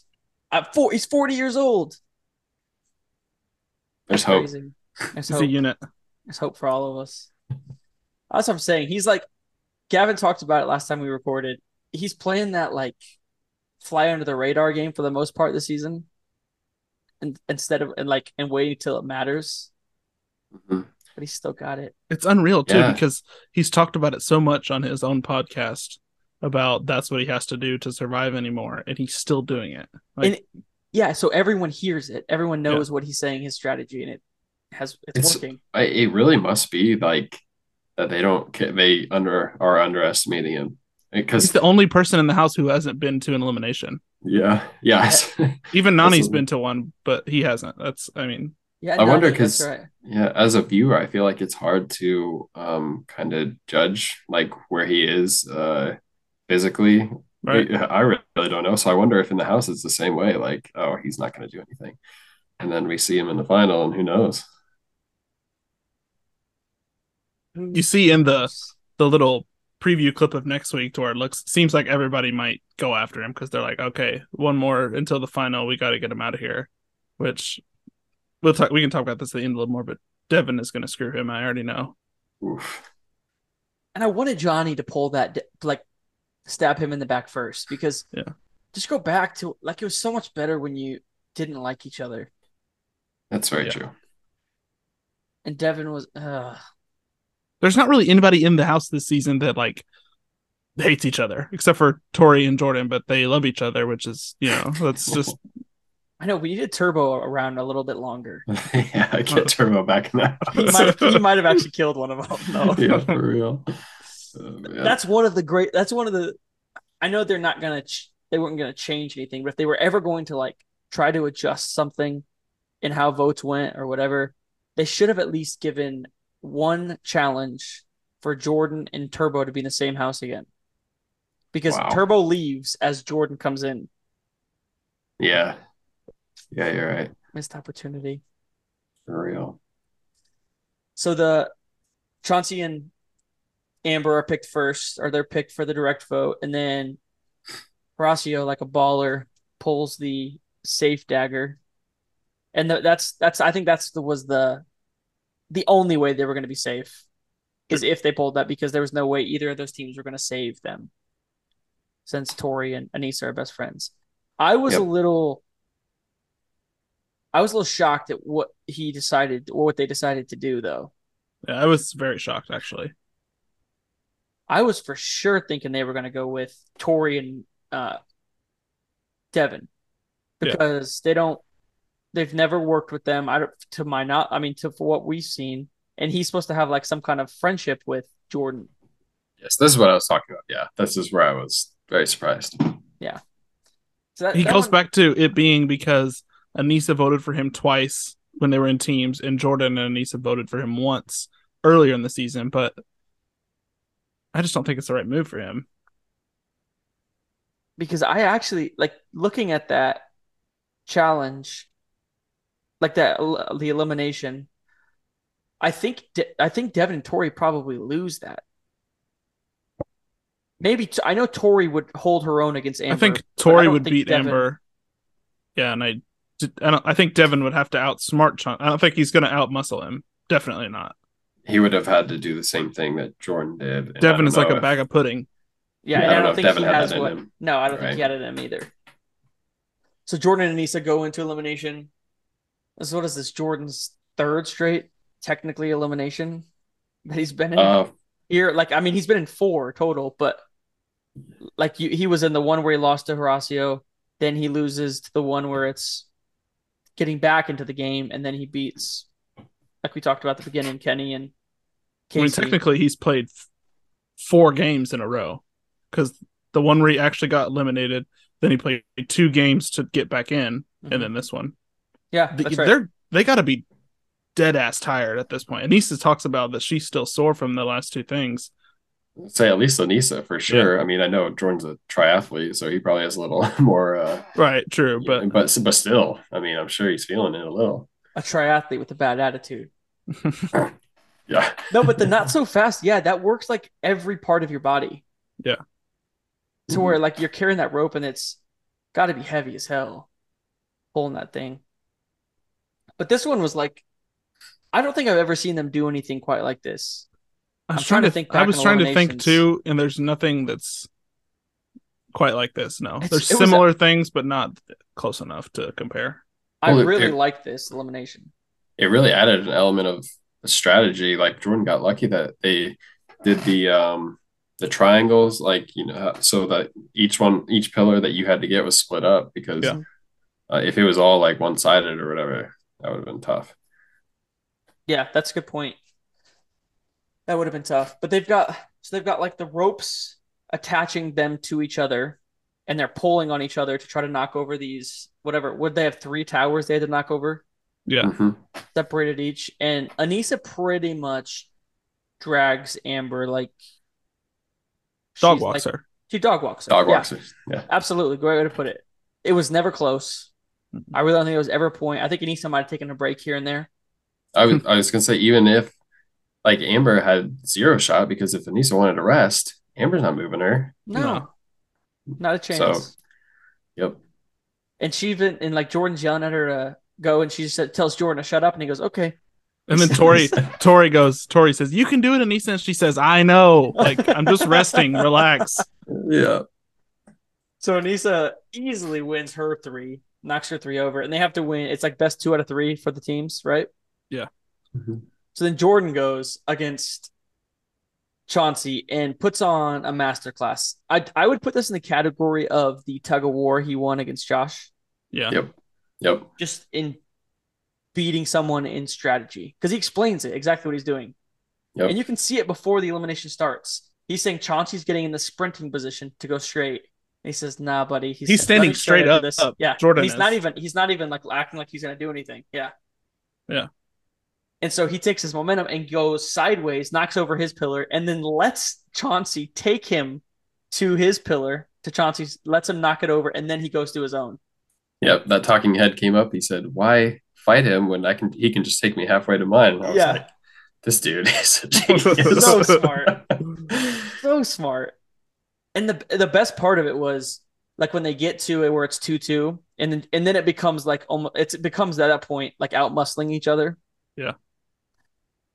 Speaker 5: At four, he's 40 years old.
Speaker 7: There's hope.
Speaker 5: Crazy. There's
Speaker 6: it's
Speaker 5: hope.
Speaker 6: a unit.
Speaker 5: There's hope for all of us. That's what I'm saying. He's like, Gavin talked about it last time we recorded. He's playing that like fly under the radar game for the most part this season, and instead of and like and waiting till it matters.
Speaker 7: Mhm.
Speaker 5: But he's still got it.
Speaker 6: It's unreal too
Speaker 7: Yeah.
Speaker 6: because he's talked about it so much on his own podcast about that's what he has to do to survive anymore, and he's still doing it. Like,
Speaker 5: Yeah. So everyone hears it. Everyone
Speaker 6: Yeah.
Speaker 5: knows what he's saying, his strategy, and it has it's,
Speaker 7: It's-
Speaker 5: working.
Speaker 7: I, it really must be like that they don't ca- they under are underestimating him
Speaker 6: he's
Speaker 7: because
Speaker 6: the only person in the house who hasn't been to an elimination.
Speaker 7: yeah yes
Speaker 6: Even
Speaker 7: That's
Speaker 6: Nani's
Speaker 7: a-
Speaker 6: been to one, but he hasn't. That's, I mean,
Speaker 5: Yeah.
Speaker 7: I wonder
Speaker 5: Nani, that's
Speaker 7: 'cause-
Speaker 5: right.
Speaker 7: yeah as a viewer I feel like it's hard to um kind of judge like where he is uh physically
Speaker 6: right?
Speaker 7: I, I really don't know so I wonder if in the house it's the same way like oh he's not going to do anything and then we see him in the final and who knows
Speaker 6: You see in the the little preview clip of next week to where it looks seems like everybody might go after him because they're like, okay, one more until the final, we got to get him out of here. Which we'll talk. We can talk about this at the end a little more, but Devin is going to screw him. I already know.
Speaker 7: Oof.
Speaker 5: and I wanted Johnny to pull that d- like stab him in the back first because
Speaker 6: Yeah.
Speaker 5: just go back to like it was so much better when you didn't like each other
Speaker 7: that's very
Speaker 6: Yeah.
Speaker 7: true
Speaker 5: and Devin was uh
Speaker 6: There's not really anybody in the house this season that like hates each other except for Tori and Jordan, but they love each other, which is you know that's just
Speaker 5: I know we needed Turbo around a little bit longer.
Speaker 7: yeah I get Turbo back in that
Speaker 5: He might he might have actually killed one of them though.
Speaker 7: yeah for real Um, yeah.
Speaker 5: That's one of the great. That's one of the. I know they're not gonna. Ch- they weren't gonna change anything, but if they were ever going to like try to adjust something in how votes went or whatever, They should have at least given one challenge for Jordan and Turbo to be in the same house again. Because
Speaker 7: Wow.
Speaker 5: Turbo leaves as Jordan comes in.
Speaker 7: Yeah. Yeah, you're right.
Speaker 5: Missed opportunity.
Speaker 7: For real.
Speaker 5: So the Chauncey and Amber are picked first, or they're picked for the direct vote, and then Horacio, like a baller, pulls the safe dagger, and th- that's that's I think that's the was the the only way they were going to be safe is if they pulled that because there was no way either of those teams were going to save them since Tori and Anissa are best friends. I was
Speaker 7: Yep.
Speaker 5: a little I was a little shocked at what he decided or what they decided to do though.
Speaker 6: Yeah, I was very shocked actually.
Speaker 5: I was for sure thinking they were going to go with Tori and uh, Devin
Speaker 6: Yeah.
Speaker 5: because they don't, they've never worked with them. I don't, to my not, I mean, to for what we've seen, and he's supposed to have like some kind of friendship with Jordan.
Speaker 7: Yes, this is what I was talking about. Yeah, this is where I was very surprised.
Speaker 5: So that,
Speaker 6: He
Speaker 5: that
Speaker 6: goes
Speaker 5: one-
Speaker 6: back to it being because Anissa voted for him twice when they were in teams, and Jordan and Anissa voted for him once earlier in the season. But I just don't think it's the right move for him.
Speaker 5: because I actually like looking at that challenge, like that el- the elimination. I think De- I think Devin and Tori probably lose that. Maybe t- I know Tori would hold her own against Amber.
Speaker 6: I think
Speaker 5: but
Speaker 6: Tori
Speaker 5: don't
Speaker 6: would
Speaker 5: think
Speaker 6: beat
Speaker 5: Devin-
Speaker 6: Amber. Yeah, and I, d- I don't. I think Devin would have to outsmart Chun. I don't think he's going to outmuscle him. Definitely not.
Speaker 7: He would have had to do the same thing that Jordan did. and I
Speaker 6: Devin
Speaker 7: don't
Speaker 6: is like
Speaker 7: know
Speaker 6: a
Speaker 7: if-
Speaker 6: bag of pudding.
Speaker 5: Yeah,
Speaker 7: I
Speaker 5: and I
Speaker 7: don't
Speaker 5: don't
Speaker 7: know if
Speaker 5: think
Speaker 7: Devin
Speaker 5: he
Speaker 7: had
Speaker 5: has
Speaker 7: that in
Speaker 5: what.
Speaker 7: him.
Speaker 5: No, I don't think he had it in him either. So Jordan and Anissa go into elimination. This is what is this Jordan's third straight technically elimination that he's been in.
Speaker 7: Uh,
Speaker 5: here like i mean he's been in four total but like you, he was in the one where he lost to horacio then he loses to the one where it's getting back into the game and then he beats like we talked about at the beginning kenny and
Speaker 6: I mean,
Speaker 5: casey
Speaker 6: technically, he's played f- four games in a row because the one where he actually got eliminated, then he played two games to get back in,
Speaker 5: Mhm.
Speaker 6: and then this one.
Speaker 5: yeah
Speaker 6: Th-
Speaker 5: that's right
Speaker 6: They're they got to be dead ass tired at this point. Anissa talks about that she's still sore from the last two things.
Speaker 7: say at least Anissa for sure. I mean, I know Jordan's a triathlete, so he probably has a little more. Uh,
Speaker 6: Right, true, but
Speaker 7: but but still, I mean, I'm sure he's feeling it a little.
Speaker 5: a triathlete with a bad attitude
Speaker 7: Yeah,
Speaker 5: no but the not so fast yeah that works like every part of your body
Speaker 6: Yeah.
Speaker 5: to where like you're carrying that rope and it's got to be heavy as hell pulling that thing but this one was like i don't think i've ever seen them do anything quite like this
Speaker 6: I
Speaker 5: I'm trying to think
Speaker 6: I
Speaker 5: back
Speaker 6: was
Speaker 5: on
Speaker 6: trying to think
Speaker 5: eliminations.
Speaker 6: too, and there's nothing that's quite like this. No,
Speaker 5: It's-
Speaker 6: there's
Speaker 5: it was a-
Speaker 6: similar things, but not close enough to compare.
Speaker 5: i
Speaker 7: Well, it-
Speaker 5: really
Speaker 7: it-
Speaker 5: like this elimination
Speaker 7: it really added an element of strategy. Like Jordan got lucky that they did the um the triangles, like you know, how- so that each one, each pillar that you had to get was split up because
Speaker 6: Yeah.
Speaker 7: uh, if it was all like one sided or whatever, that would have been tough.
Speaker 5: yeah that's a good point that would have been tough but they've got so they've got like the ropes attaching them to each other and they're pulling on each other to try to knock over these whatever would they have three towers they had to knock over
Speaker 6: Yeah,
Speaker 7: Mhm.
Speaker 5: separated each, and Anissa pretty much drags Amber like
Speaker 6: dog
Speaker 5: she's,
Speaker 6: walks
Speaker 5: like-
Speaker 6: her.
Speaker 5: She dog walks her.
Speaker 7: Dog
Speaker 5: Yeah,
Speaker 7: boxers, yeah.
Speaker 5: absolutely. Great way to put it. It was never close.
Speaker 6: Mhm.
Speaker 5: I really don't think it was ever a point. I think Anissa might have taken a break here and there.
Speaker 7: I was I was gonna say even if like Amber had zero shot because if Anissa wanted to rest, Amber's not moving her.
Speaker 5: No,
Speaker 6: No.
Speaker 5: not a chance.
Speaker 7: Yep.
Speaker 5: And she even and like Jordan's yelling at her to go, and she said, tells Jordan to shut up, and he goes, "Okay."
Speaker 6: And then Tori, Tori goes. Tori says, "You can do it," Anissa, and she says, "I know. Like I'm just resting, relax."
Speaker 7: Yeah.
Speaker 5: So Anissa easily wins her three, knocks her three over, and they have to win. It's like best two out of three for the teams, right?
Speaker 6: Yeah.
Speaker 5: Mm-hmm.
Speaker 7: Mhm.
Speaker 5: So then Jordan goes against Chauncey and puts on a masterclass. I I would put this in the category of the tug of war he won against Josh,
Speaker 6: Yeah,
Speaker 7: Yep. Yep.
Speaker 5: just in beating someone in strategy because he explains it exactly what he's doing,
Speaker 7: Yep.
Speaker 5: and you can see it before the elimination starts. He's saying Chauncey's getting in the sprinting position to go straight. And he says, "Nah, buddy."
Speaker 6: He's
Speaker 5: said,
Speaker 6: standing
Speaker 5: "Let him go
Speaker 6: straight
Speaker 5: do
Speaker 6: up-
Speaker 5: this."
Speaker 6: up.
Speaker 5: Yeah,
Speaker 6: Jordan
Speaker 5: He's not
Speaker 6: is.
Speaker 5: even. He's not even like acting like he's gonna do anything. Yeah.
Speaker 6: Yeah.
Speaker 5: And so he takes his momentum and goes sideways, knocks over his pillar, and then lets Chauncey take him to his pillar. To Chauncey's, lets him knock it over, and then he goes to his own.
Speaker 7: Yep, that talking head came up. He said, "Why fight him when I can? He can just take me halfway to mine." And I was
Speaker 5: Yeah.
Speaker 7: like, "This dude is a genius."
Speaker 5: So smart. so smart. And the the best part of it was like when they get to it where it's two two, and then and then it becomes like almost it's, it becomes at that point like out muscling each other.
Speaker 6: Yeah.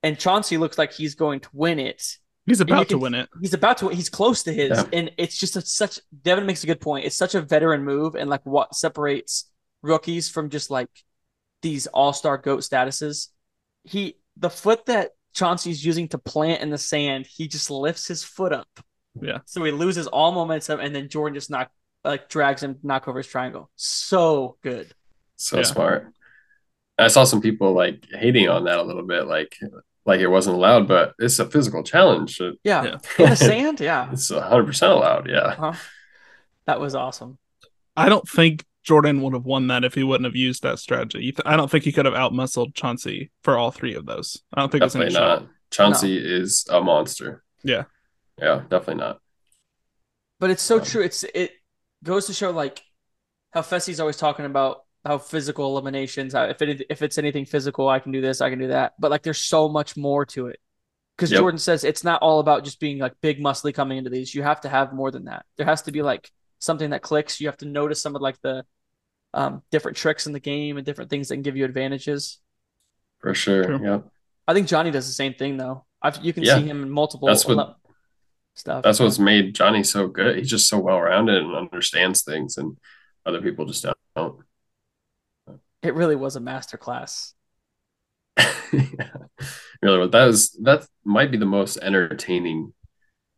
Speaker 5: And Chauncey looks like he's going to win it.
Speaker 6: He's
Speaker 5: And you
Speaker 6: about to
Speaker 5: can-
Speaker 6: win it.
Speaker 5: He's about to. He's close to his,
Speaker 7: Yeah.
Speaker 5: and it's just a, such. Devin makes a good point. It's such a veteran move, and like what separates rookies from just like these all star goat statuses. He the foot that Chauncey's using to plant in the sand, he just lifts his foot up.
Speaker 6: Yeah.
Speaker 5: So he loses all momentum, and then Jordan just knock like drags him knock over his triangle. So good.
Speaker 7: so
Speaker 6: Yeah.
Speaker 7: smart. I saw some people like hating on that a little bit, like like it wasn't allowed, but it's a physical challenge. It-
Speaker 5: Yeah.
Speaker 6: Yeah.
Speaker 5: In the sand. Yeah.
Speaker 7: It's hundred percent allowed. Yeah,
Speaker 5: Huh? That was awesome.
Speaker 6: I don't think Jordan would have won that if he wouldn't have used that strategy. You th- I don't think he could have outmuscled Chauncey for all three of those. I don't think there's any
Speaker 7: definitely
Speaker 6: shot.
Speaker 7: not. Chauncey is a monster.
Speaker 6: Yeah.
Speaker 7: yeah, definitely not.
Speaker 5: But it's so
Speaker 7: Um,
Speaker 5: true. It's it goes to show like how Fessy's always talking about how physical eliminations. How if it if it's anything physical, I can do this, I can do that. But like, there's so much more to it. Because
Speaker 7: Yep.
Speaker 5: Jordan says it's not all about just being like big, muscly coming into these. You have to have more than that. There has to be like something that clicks. You have to notice some of like the um, different tricks in the game and different things that can give you advantages.
Speaker 7: For sure.
Speaker 6: True.
Speaker 7: Yeah.
Speaker 5: I think Johnny does the same thing though. I've, you can
Speaker 7: Yeah.
Speaker 5: see him in multiple
Speaker 7: That's what-
Speaker 5: ele- stuff.
Speaker 7: That's what's made Johnny so good. He's just so well rounded and understands things, and other people just don't.
Speaker 5: it really was a master class.
Speaker 7: Really, but that was that might be the most entertaining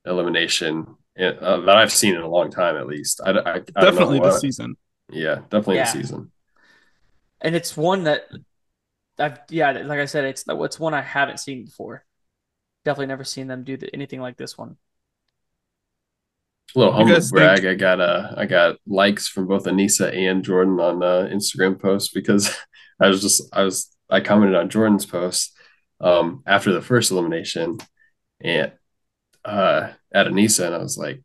Speaker 7: elimination uh, that I've seen in a long time, at least. I, I- I don't know
Speaker 6: Definitely
Speaker 7: what-
Speaker 6: this season.
Speaker 7: Yeah, definitely
Speaker 5: Yeah.
Speaker 7: this season.
Speaker 5: and it's one that I've yeah, like I said, it's it's one I haven't seen before. Definitely never seen them do th- anything like this one.
Speaker 7: A little
Speaker 6: You
Speaker 7: humble
Speaker 6: guys think-
Speaker 7: brag. I got uh, I got likes from both Anissa and Jordan on uh, Instagram posts because I was just I was I commented on Jordan's post um, after the first elimination and uh, at Anissa and I was like,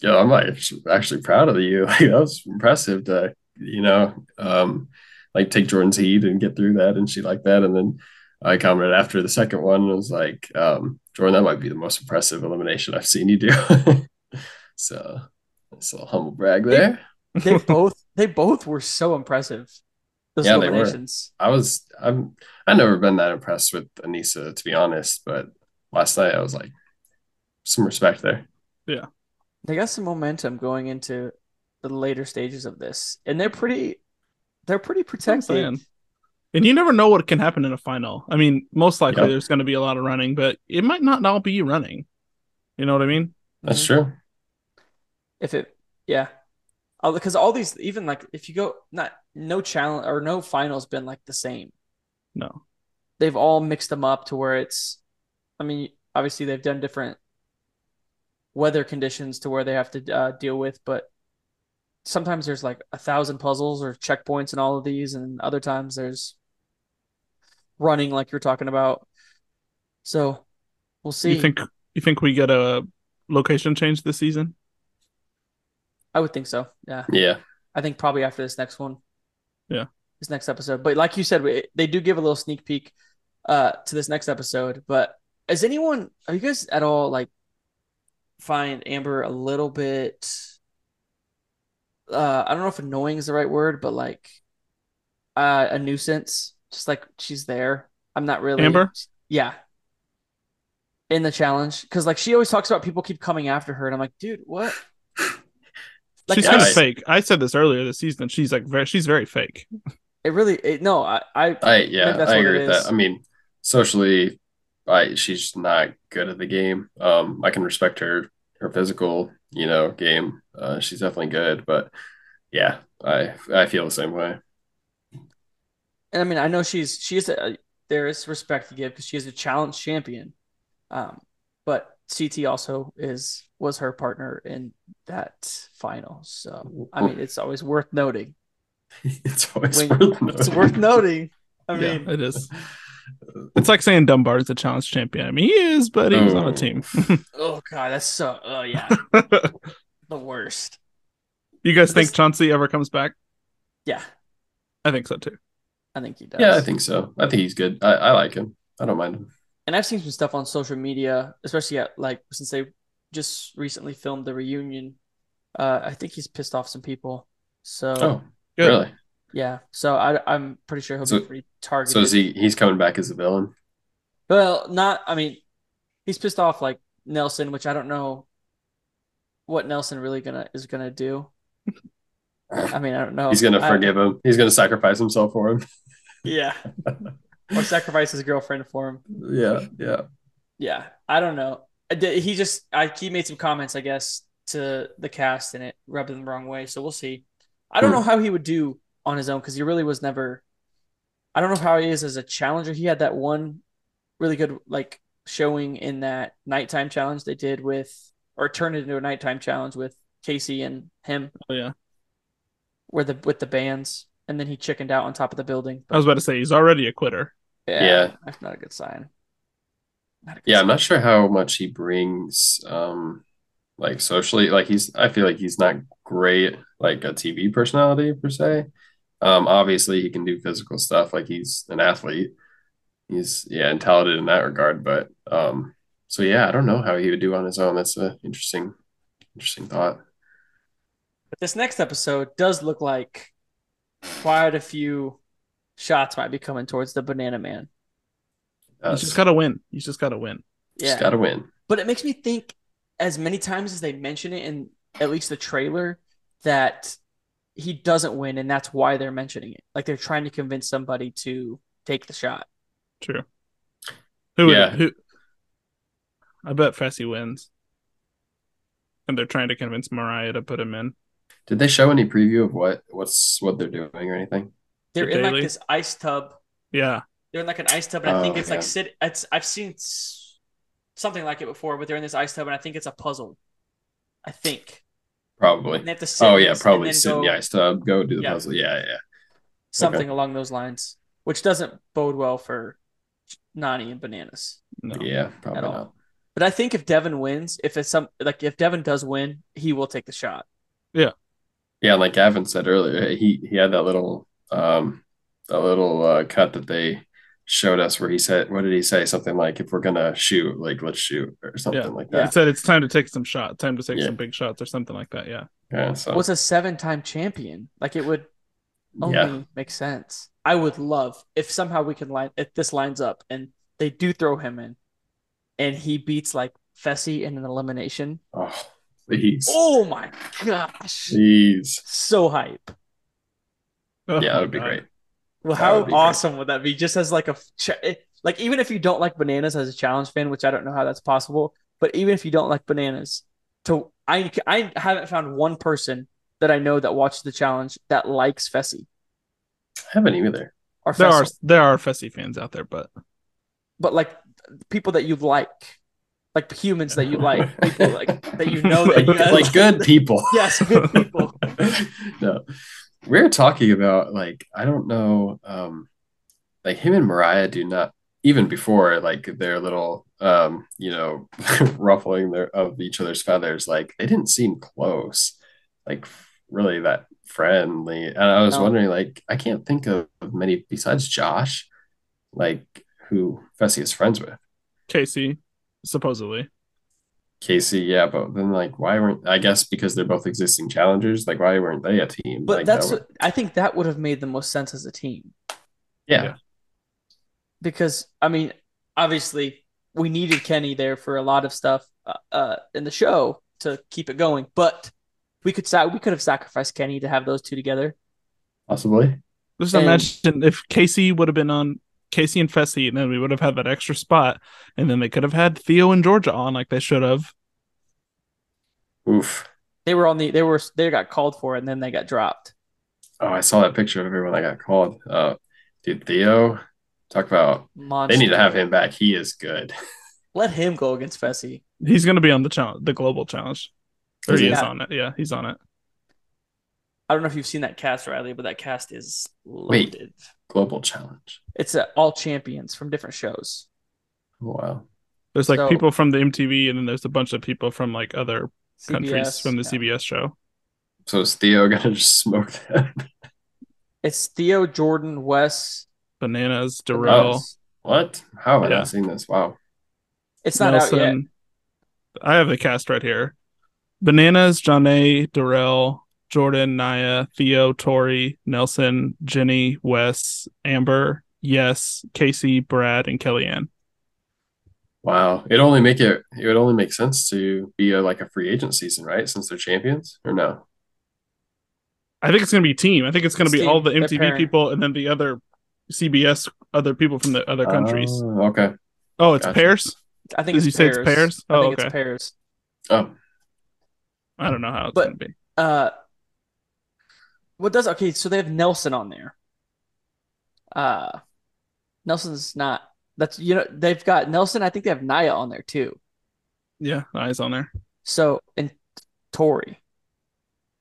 Speaker 7: yo, I'm like actually proud of you. Like, that was impressive to you know um, like take Jordan's heat and get through that and she liked that and then I commented after the second one and was like, um, Jordan, that might be the most impressive elimination I've seen you do. So that's a little humble brag there.
Speaker 5: They both they both were so impressive. Those
Speaker 7: Yeah, they were.
Speaker 5: eliminations.
Speaker 7: I was I'm I've never been that impressed with Anissa to be honest, but last night I was like some respect there.
Speaker 5: They got some momentum going into the later stages of this, and they're pretty they're pretty
Speaker 6: what I'm
Speaker 5: protected.
Speaker 6: saying. And you never know what can happen in a final. I mean, most likely
Speaker 7: Yeah.
Speaker 6: there's going to be a lot of running, but it might not all be running. You know what I mean?
Speaker 7: That's true.
Speaker 5: Mm-hmm. If it yeah, because all these even like if you go not no challenge or no finals been like the same.
Speaker 6: No.
Speaker 5: they've all mixed them up to where it's i mean obviously they've done different weather conditions to where they have to uh, deal with but sometimes there's like a thousand puzzles or checkpoints in all of these and other times there's running like you're talking about so we'll see
Speaker 6: You think you think we get a location change this season?
Speaker 5: i would think so yeah
Speaker 7: Yeah.
Speaker 5: i think probably after this next one
Speaker 6: Yeah.
Speaker 5: this next episode but like you said we- they do give a little sneak peek uh to this next episode but is anyone are you guys at all like find amber a little bit uh i don't know if annoying is the right word but like uh a nuisance just like she's there i'm not really
Speaker 6: Amber?
Speaker 5: yeah in the challenge because like she always talks about people keep coming after her and i'm like dude what Like,
Speaker 6: she's
Speaker 5: I-
Speaker 6: kind of
Speaker 7: I-
Speaker 6: fake. I said this earlier this season. She's like very, she's very fake.
Speaker 5: it really it, no i i
Speaker 7: I yeah,
Speaker 5: Maybe that's
Speaker 7: I
Speaker 5: what
Speaker 7: agree
Speaker 5: it
Speaker 7: with
Speaker 5: is.
Speaker 7: that. I mean, socially I she's not good at the game. Um I can respect her her physical, you know, game. Uh she's definitely good, but yeah, I I feel the same way.
Speaker 5: and I mean, I know she's she is a, there is respect to give because she is a challenge champion, um, but CT also is was her partner in that final. So I mean, it's always worth noting.
Speaker 7: It's always
Speaker 5: When-
Speaker 7: worth
Speaker 5: It's worth noting. I
Speaker 7: Yeah.
Speaker 5: mean,
Speaker 6: It is. It's like saying Dunbar is a challenge champion. I mean, he is, but he was on a
Speaker 7: Oh.
Speaker 6: team.
Speaker 5: Oh god, that's so. Oh yeah, the worst.
Speaker 6: you guys think Chauncey ever comes back?
Speaker 5: Yeah,
Speaker 6: I think so too.
Speaker 5: I think he does.
Speaker 7: Yeah, I think so. I think he's good. I, I like him. I don't mind him.
Speaker 5: and I've seen some stuff on social media, especially at like since they just recently filmed the reunion. Uh, I think he's pissed off some people. So
Speaker 7: Oh,
Speaker 6: Good.
Speaker 7: really?
Speaker 5: yeah, so I, I'm pretty sure he'll
Speaker 7: So-
Speaker 5: be pretty targeted.
Speaker 7: So is he? He's coming back as a villain.
Speaker 5: Well, not. I mean, he's pissed off like Nelson, which I don't know what Nelson really gonna is gonna do. I mean, I don't know.
Speaker 7: He's gonna
Speaker 5: Oh, I-
Speaker 7: forgive him. He's gonna sacrifice himself for him.
Speaker 5: Yeah, or sacrifice his girlfriend for him.
Speaker 7: Yeah, yeah.
Speaker 5: Yeah, I don't know. I did- He just, I he made some comments, I guess, to the cast, and it rubbed them the wrong way. So we'll see. I don't
Speaker 7: Hmm.
Speaker 5: know how he would do on his own because he really was never. I don't know how he is as a challenger. He had that one really good like showing in that nighttime challenge they did with, or turned it into a nighttime challenge with Casey and him,
Speaker 6: Oh yeah.
Speaker 5: where the with the bands, and then he chickened out on top of the building.
Speaker 6: I was about to say he's already a quitter.
Speaker 7: Yeah.
Speaker 5: that's not a good sign. Not a good
Speaker 7: Yeah, I'm
Speaker 5: sign.
Speaker 7: not sure how much he brings, um, like socially. Like he's, I feel like he's not great, like a TV personality per se. Um, obviously he can do physical stuff. Like he's an athlete. He's yeah, and talented in that regard. But um, so yeah, I don't know how he would do on his own. That's a interesting, interesting thought.
Speaker 5: But this next episode does look like quite a few shots might be coming towards the Banana Man.
Speaker 6: He's
Speaker 7: Uh,
Speaker 6: just gotta win. He's just gotta win.
Speaker 5: Yeah.
Speaker 7: got to win.
Speaker 5: but it makes me think as many times as they mention it in at least the trailer that he doesn't win and that's why they're mentioning it. Like they're trying to convince somebody to take the shot.
Speaker 6: True. Who would
Speaker 7: Yeah.
Speaker 6: who I bet Fessy wins. And they're trying to convince Mariah to put him in.
Speaker 7: Did they show any preview of what what's what they're doing or anything?
Speaker 5: They're
Speaker 6: The
Speaker 5: in like
Speaker 6: Daily?
Speaker 5: this ice tub.
Speaker 6: Yeah.
Speaker 5: They're in like an ice tub and I think
Speaker 7: Oh,
Speaker 5: it's
Speaker 7: yeah.
Speaker 5: like sit it's I've seen s- something like it before, but they're in this ice tub and I think it's a puzzle. I think.
Speaker 7: Probably.
Speaker 5: And they have to sit
Speaker 7: Oh
Speaker 5: in
Speaker 7: yeah,
Speaker 5: this and
Speaker 7: probably
Speaker 5: then
Speaker 7: sit in
Speaker 5: go-
Speaker 7: the ice tub, go do the
Speaker 5: Yeah.
Speaker 7: puzzle. Yeah, yeah.
Speaker 5: something along those lines, which doesn't bode well for Nani and Bananas.
Speaker 6: No.
Speaker 7: Yeah, probably
Speaker 5: all.
Speaker 7: not.
Speaker 5: But I think if Devin wins, if it's some like if Devin does win, he will take the shot.
Speaker 7: Yeah, and like Gavin said earlier, he he had that little um that little uh, cut that they showed us where he said, what did he say? Something like, if we're gonna shoot, like let's shoot or something
Speaker 6: Yeah.
Speaker 7: like
Speaker 6: He
Speaker 7: that.
Speaker 6: said it's time to take some shot, time to take
Speaker 7: Yeah.
Speaker 6: some big shots or something like that. Yeah.
Speaker 7: Yeah, so
Speaker 5: What's a seven-time champion? Like it would only
Speaker 7: yeah,
Speaker 5: make sense. I would love if somehow we can line if this lines up and they do throw him in, and he beats like Fessy in an elimination.
Speaker 7: oh, please,
Speaker 5: Oh my gosh!
Speaker 7: please,
Speaker 5: So hype.
Speaker 7: yeah,
Speaker 6: Oh,
Speaker 7: that would be
Speaker 6: God.
Speaker 7: great.
Speaker 5: Well,
Speaker 7: That
Speaker 5: how
Speaker 7: would be great.
Speaker 5: awesome would that be? Just as like a f- ch- eh, like, even if you don't like bananas as a challenge fan, which I don't know how that's possible, but even if you don't like bananas, to I I haven't found one person that I know that watched the challenge that likes Fessy
Speaker 7: I haven't either.
Speaker 5: or
Speaker 6: There are
Speaker 5: Fessel,
Speaker 6: there are Fessy fans out there, but
Speaker 5: but like people that you like, like humans that you like, people like that you know that you
Speaker 7: like good people.
Speaker 5: Yes, good people.
Speaker 7: no, we're talking about like I don't know, um, like him and Mariah do not even before like their little um, you know, ruffling their of each other's feathers. Like they didn't seem close, like really that friendly. And I was
Speaker 5: No.
Speaker 7: wondering, like I can't think of many besides Josh, like who Fessy is friends with.
Speaker 6: Casey, supposedly.
Speaker 7: Casey, yeah, but then like why weren't I guess because they're both existing challengers, like why weren't they a team?
Speaker 5: But
Speaker 7: Like, that
Speaker 5: that's
Speaker 7: would-
Speaker 5: what I think that would have made the most sense as a team.
Speaker 7: yeah.
Speaker 6: yeah.
Speaker 5: because I mean, obviously, we needed Kenny there for a lot of stuff uh, uh, in the show to keep it going. But we could sa- we could have sacrificed Kenny to have those two together.
Speaker 7: possibly.
Speaker 6: Just
Speaker 5: And-
Speaker 6: imagine if Casey would have been on Casey and Fessy, and then we would have had that extra spot, and then they could have had Theo and Georgia on like they should have.
Speaker 7: Oof.
Speaker 5: They were on the they were they got called for it and then they got dropped.
Speaker 7: Oh, I saw that picture of everyone that got called. Uh, dude, Theo, talk about
Speaker 5: Monster.
Speaker 7: they need to have him back. He is good.
Speaker 5: Let him go against Fessy.
Speaker 6: He's gonna be on the challenge, the global challenge. Or
Speaker 7: Is
Speaker 6: he
Speaker 7: he?
Speaker 6: is
Speaker 5: Yeah.
Speaker 6: on it. Yeah, he's on it.
Speaker 5: I don't know if you've seen that cast, Riley, but that cast is
Speaker 7: Wait.
Speaker 5: loaded.
Speaker 7: Global Challenge.
Speaker 5: It's uh, all champions from different shows.
Speaker 7: Oh, Wow.
Speaker 6: There's like
Speaker 5: So-
Speaker 6: people from the MTV, and then there's a bunch of people from like other countries
Speaker 5: CBS,
Speaker 6: from the
Speaker 5: yeah.
Speaker 6: CBS show.
Speaker 7: So is Theo gonna just smoke that?
Speaker 5: It's Theo, Jordan, Wes.
Speaker 6: Bananas, Darrell,
Speaker 5: Bananas.
Speaker 7: what? How have I
Speaker 6: Yeah.
Speaker 7: not seen this? Wow.
Speaker 5: It's not out yet.
Speaker 6: I have the cast right here: Bananas, Johnny, Darrell, Jordan, Naya, Theo, Tori, Nelson, Jenny, Wes, Amber, Yes, Casey, Brad, and Kellyanne.
Speaker 7: Wow. It only make it it would only make sense to be a, like a free agent season, right? Since they're champions or no?
Speaker 6: I think it's gonna be team. I think it's gonna
Speaker 5: It's
Speaker 6: be all
Speaker 5: team,
Speaker 6: the
Speaker 5: their
Speaker 6: MTV
Speaker 5: parent.
Speaker 6: people and then the other CBS, other people from the other countries.
Speaker 7: Oh, okay.
Speaker 6: oh, it's
Speaker 7: gotcha.
Speaker 6: pairs.
Speaker 5: I think
Speaker 6: Did
Speaker 5: it's
Speaker 6: you say it's pairs?
Speaker 5: I
Speaker 6: Oh,
Speaker 5: think
Speaker 6: okay.
Speaker 5: it's pairs.
Speaker 7: Oh,
Speaker 6: I don't know how it's
Speaker 5: But-
Speaker 6: gonna be.
Speaker 5: Uh, what does okay? So they have Nelson on there. Uh, Nelson's not. That's you know they've got Nelson. I think they have Naya on there too.
Speaker 6: Yeah, eyes on there.
Speaker 5: So and Tori.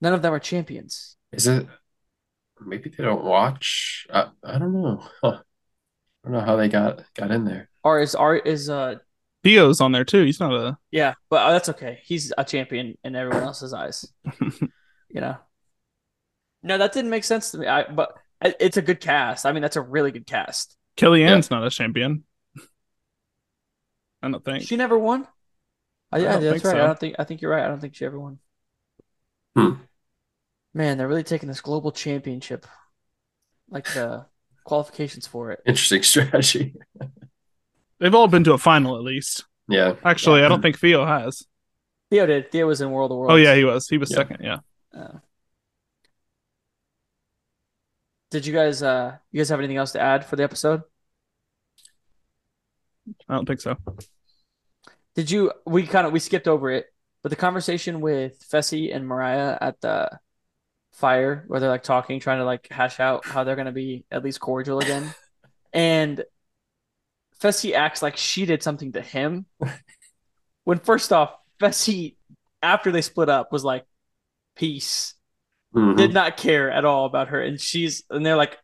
Speaker 5: None of them are champions.
Speaker 7: is it? Maybe they don't watch. I I don't know. Huh. I don't know how they got got in there.
Speaker 5: Or is are is uh
Speaker 6: Theo's on there too. He's not a
Speaker 5: yeah, but uh, that's okay. He's a champion in everyone else's eyes. you know. No, that didn't make sense to me. I but it- it's a good cast. I mean, that's a really good cast.
Speaker 6: Kellyanne's not a champion. I don't think.
Speaker 5: She never won. Oh, yeah,
Speaker 6: don't
Speaker 5: that's
Speaker 6: think
Speaker 5: right.
Speaker 6: so.
Speaker 5: I don't think I think you're right. I don't think she ever won.
Speaker 7: Hmm.
Speaker 5: Man, they're really taking this global championship, like the qualifications for it.
Speaker 7: Interesting strategy.
Speaker 6: They've all been to a final at least.
Speaker 7: Yeah.
Speaker 6: Actually, I don't think Theo has.
Speaker 5: Theo did. Theo was in World of Worlds.
Speaker 6: Oh yeah, he was. He was
Speaker 7: Yeah.
Speaker 6: second. Yeah.
Speaker 5: Uh, did you guys uh you guys have anything else to add for the episode?
Speaker 6: I don't think so.
Speaker 5: Did you we kind of we skipped over it, but the conversation with Fessy and Mariah at the fire where they're like talking, trying to like hash out how they're gonna be at least cordial again. And Fessy acts like she did something to him. When first off, Fessy after they split up was like peace.
Speaker 7: Mhm.
Speaker 5: did not care at all about her and she's and they're like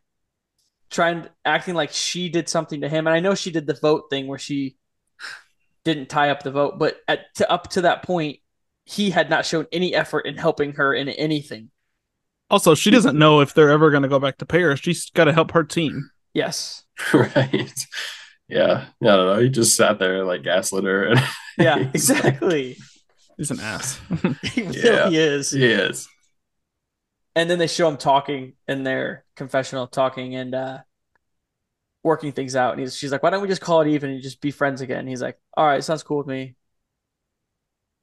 Speaker 5: trying acting like she did something to him and i know she did the vote thing where she didn't tie up the vote but at to, up to that point he had not shown any effort in helping her in anything
Speaker 6: Also, she doesn't know if they're ever going to go back to Paris. She's got to help her team.
Speaker 5: yes
Speaker 7: Right. Yeah. I don't know. He just sat there like gaslit her and
Speaker 5: yeah exactly
Speaker 6: He's an ass.
Speaker 5: he really
Speaker 7: Yeah.
Speaker 5: is
Speaker 7: yes.
Speaker 5: and then they show him talking in their confessional talking and uh working things out and he's, she's like why don't we just call it even and just be friends again he's like all right sounds cool with me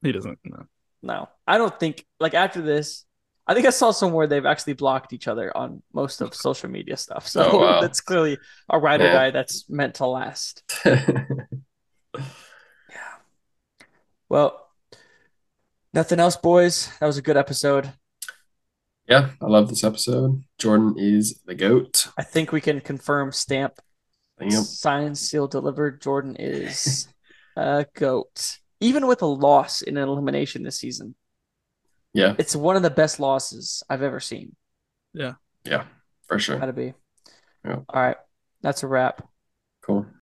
Speaker 6: he doesn't. No.
Speaker 5: No, I don't think like after this, I think I saw somewhere they've actually blocked each other on most of social media stuff. So
Speaker 7: Oh, wow.
Speaker 5: that's clearly a ride or
Speaker 7: Yeah.
Speaker 5: die that's meant to last. Well, nothing else, boys. That was a good episode.
Speaker 7: Yeah, I love this episode. Jordan is the goat.
Speaker 5: I think we can confirm stamp
Speaker 7: Yep.
Speaker 5: signed, sealed, delivered. Jordan is a goat. Even with a loss in an elimination this season,
Speaker 7: Yeah,
Speaker 5: it's one of the best losses I've ever seen.
Speaker 7: yeah, for sure.
Speaker 5: Gotta be.
Speaker 7: Yeah.
Speaker 5: All right. That's a wrap.
Speaker 7: Cool.